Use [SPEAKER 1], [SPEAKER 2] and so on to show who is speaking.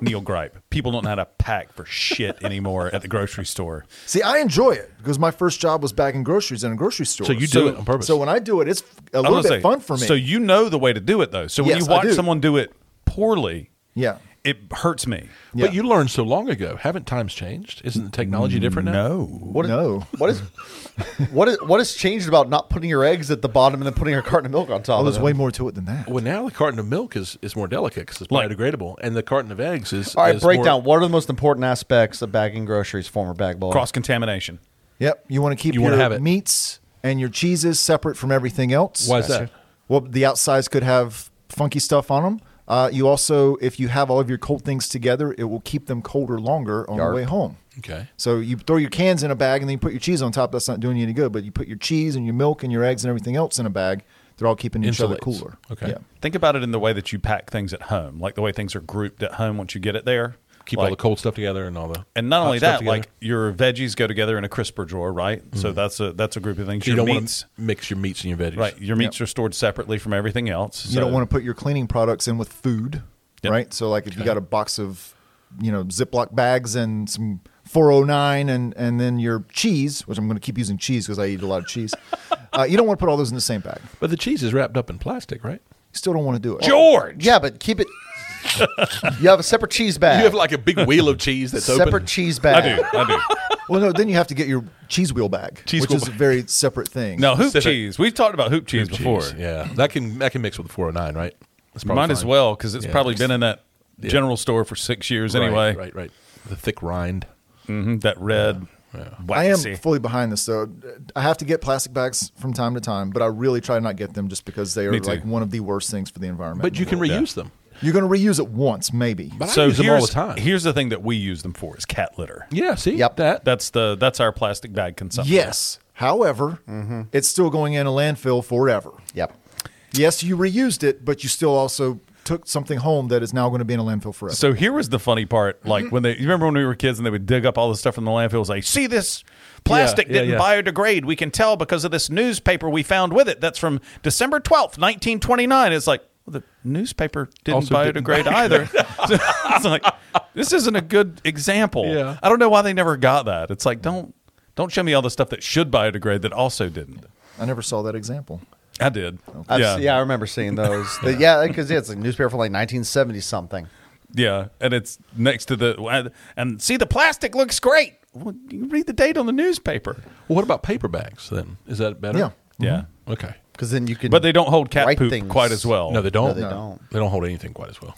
[SPEAKER 1] Neil gripe. People don't know how to pack for shit anymore at the grocery store.
[SPEAKER 2] See, I enjoy it because my first job was bagging groceries in a grocery store.
[SPEAKER 3] So you do it on purpose.
[SPEAKER 2] So when I do it, it's a
[SPEAKER 1] I
[SPEAKER 2] little
[SPEAKER 1] was
[SPEAKER 2] bit
[SPEAKER 1] gonna say,
[SPEAKER 2] fun for me.
[SPEAKER 1] So you know the way to do it though. So when
[SPEAKER 2] Yes,
[SPEAKER 1] you
[SPEAKER 2] I
[SPEAKER 1] watch
[SPEAKER 2] do.
[SPEAKER 1] someone do it poorly,
[SPEAKER 2] yeah.
[SPEAKER 1] it hurts me.
[SPEAKER 2] Yeah.
[SPEAKER 3] But you learned so long ago. Haven't times changed? Isn't the technology different now?
[SPEAKER 1] No.
[SPEAKER 4] What
[SPEAKER 2] No.
[SPEAKER 4] What is what is what has changed about not putting your eggs at the bottom and then putting a carton of milk on top?
[SPEAKER 2] Oh,
[SPEAKER 4] of
[SPEAKER 2] there's
[SPEAKER 4] them?
[SPEAKER 2] way more to it than that.
[SPEAKER 3] Well, now the carton of milk is, is more delicate because it's
[SPEAKER 1] Like-
[SPEAKER 3] biodegradable, and the carton of eggs is.
[SPEAKER 4] All right,
[SPEAKER 3] is
[SPEAKER 4] break
[SPEAKER 3] more-
[SPEAKER 4] down. What are the most important aspects of bagging groceries, former bag boy?
[SPEAKER 1] Cross contamination.
[SPEAKER 2] Yep. You want to keep
[SPEAKER 3] You wanna
[SPEAKER 2] your
[SPEAKER 3] have it.
[SPEAKER 2] meats and your cheeses separate from everything else.
[SPEAKER 3] Why is that?
[SPEAKER 2] Well, the outsides could have funky stuff on them. Uh, you also, if you have all of your cold things together, it will keep them colder longer on
[SPEAKER 4] Yarp.
[SPEAKER 2] the way home.
[SPEAKER 3] Okay.
[SPEAKER 2] So you throw your cans in a bag and then you put your cheese on top. That's not doing you any good. But you put your cheese and your milk and your eggs and everything else in a bag. They're all keeping each other
[SPEAKER 3] Insulates.
[SPEAKER 2] cooler.
[SPEAKER 3] Okay.
[SPEAKER 2] Yeah.
[SPEAKER 1] Think about it in the way that you pack things at home, like the way things are grouped at home once you get it there.
[SPEAKER 3] Keep all
[SPEAKER 1] Like-
[SPEAKER 3] the cold stuff together and all the.
[SPEAKER 1] And not
[SPEAKER 3] hot
[SPEAKER 1] only
[SPEAKER 3] stuff
[SPEAKER 1] that,
[SPEAKER 3] together.
[SPEAKER 1] like your veggies go together in a crisper drawer, right?
[SPEAKER 2] Mm-hmm.
[SPEAKER 1] So that's a that's a group of things.
[SPEAKER 3] you
[SPEAKER 1] your
[SPEAKER 3] don't want
[SPEAKER 1] meats,
[SPEAKER 3] to mix your meats and your veggies.
[SPEAKER 1] right? Your meats are stored separately from everything else.
[SPEAKER 2] You don't want to put your cleaning products in with food,
[SPEAKER 1] Yep.
[SPEAKER 2] right? So like if you got a box of, you know, Ziploc bags and some 409 and and then your cheese, which I'm going to keep using cheese because I eat a lot of cheese. uh, you don't want to put all those in the same bag. You
[SPEAKER 3] But the cheese is wrapped up in plastic, right?
[SPEAKER 2] still don't want to do it.
[SPEAKER 1] George.
[SPEAKER 4] Yeah, but keep it. you have a separate cheese bag.
[SPEAKER 3] You have like a big wheel of cheese that's
[SPEAKER 4] separate
[SPEAKER 3] open.
[SPEAKER 4] cheese
[SPEAKER 1] I
[SPEAKER 4] bag.
[SPEAKER 1] do. I do.
[SPEAKER 2] Well, no, then you have to get your cheese wheel bag,
[SPEAKER 3] Cheese
[SPEAKER 2] which
[SPEAKER 3] wheel
[SPEAKER 2] is a
[SPEAKER 3] bag.
[SPEAKER 2] very separate thing.
[SPEAKER 1] No, hoop
[SPEAKER 3] Specific-
[SPEAKER 1] cheese. We've talked about hoop cheese before.
[SPEAKER 3] Cheese, Yeah, that can that can mix with the 409, right? That's probably
[SPEAKER 1] Might as
[SPEAKER 3] fine.
[SPEAKER 1] well because it's
[SPEAKER 3] Yeah.
[SPEAKER 1] probably been in that general store for six years
[SPEAKER 3] Right,
[SPEAKER 1] anyway.
[SPEAKER 3] Right, right. The thick rind.
[SPEAKER 1] Mhm, that red.
[SPEAKER 2] I am
[SPEAKER 1] waxy.
[SPEAKER 2] fully behind this though. I have to get plastic bags from time to time, but I really try to not get them just because they are
[SPEAKER 1] Me too.
[SPEAKER 2] like one of the worst things for the environment.
[SPEAKER 3] But
[SPEAKER 2] in
[SPEAKER 3] you
[SPEAKER 2] the
[SPEAKER 3] can
[SPEAKER 2] world.
[SPEAKER 3] reuse them.
[SPEAKER 2] You're going to reuse it once, maybe.
[SPEAKER 3] But I
[SPEAKER 1] So
[SPEAKER 3] use them all
[SPEAKER 1] here's
[SPEAKER 3] the time.
[SPEAKER 1] here's the thing that we use them for is cat litter.
[SPEAKER 3] yeah, see
[SPEAKER 4] Yep.
[SPEAKER 3] that.
[SPEAKER 1] That's the that's our plastic bag consumption.
[SPEAKER 2] Yes. However, it's still going in a landfill forever.
[SPEAKER 4] Yep.
[SPEAKER 2] Yes, you reused it, but you still also took something home that is now going to be in a landfill forever.
[SPEAKER 1] So here was the funny part. Like
[SPEAKER 4] Mm-hmm.
[SPEAKER 1] when they, you remember when we were kids and they would dig up all the stuff from the landfill. It was like, see this plastic
[SPEAKER 3] Yeah, yeah,
[SPEAKER 1] didn't
[SPEAKER 3] yeah.
[SPEAKER 1] biodegrade. We can tell because of this newspaper we found with it. That's from December twelfth, nineteen twenty nine. It's like well, the newspaper didn't
[SPEAKER 3] Also didn't
[SPEAKER 1] biodegrade either. so, it's like this isn't a good example.
[SPEAKER 3] Yeah.
[SPEAKER 1] I don't know why they never got that. It's like don't don't show me all the stuff that should biodegrade that also didn't.
[SPEAKER 2] I never saw that example.
[SPEAKER 1] I did.
[SPEAKER 4] I've
[SPEAKER 1] yeah.
[SPEAKER 4] yeah. yeah, I remember seeing those. But yeah, because yeah, it's a newspaper from like 1970 something.
[SPEAKER 1] Yeah, and it's next to the and see the plastic looks great. Well, you read the date on the newspaper.
[SPEAKER 3] Well, what about paper bags then? Is that better?
[SPEAKER 2] Yeah.
[SPEAKER 1] Yeah,
[SPEAKER 3] Okay.
[SPEAKER 4] Because then you can.
[SPEAKER 1] but they don't hold cat
[SPEAKER 4] write
[SPEAKER 1] poop
[SPEAKER 4] things.
[SPEAKER 1] quite as well.
[SPEAKER 3] No, they don't.
[SPEAKER 4] they No. don't.
[SPEAKER 3] They don't hold anything quite as well.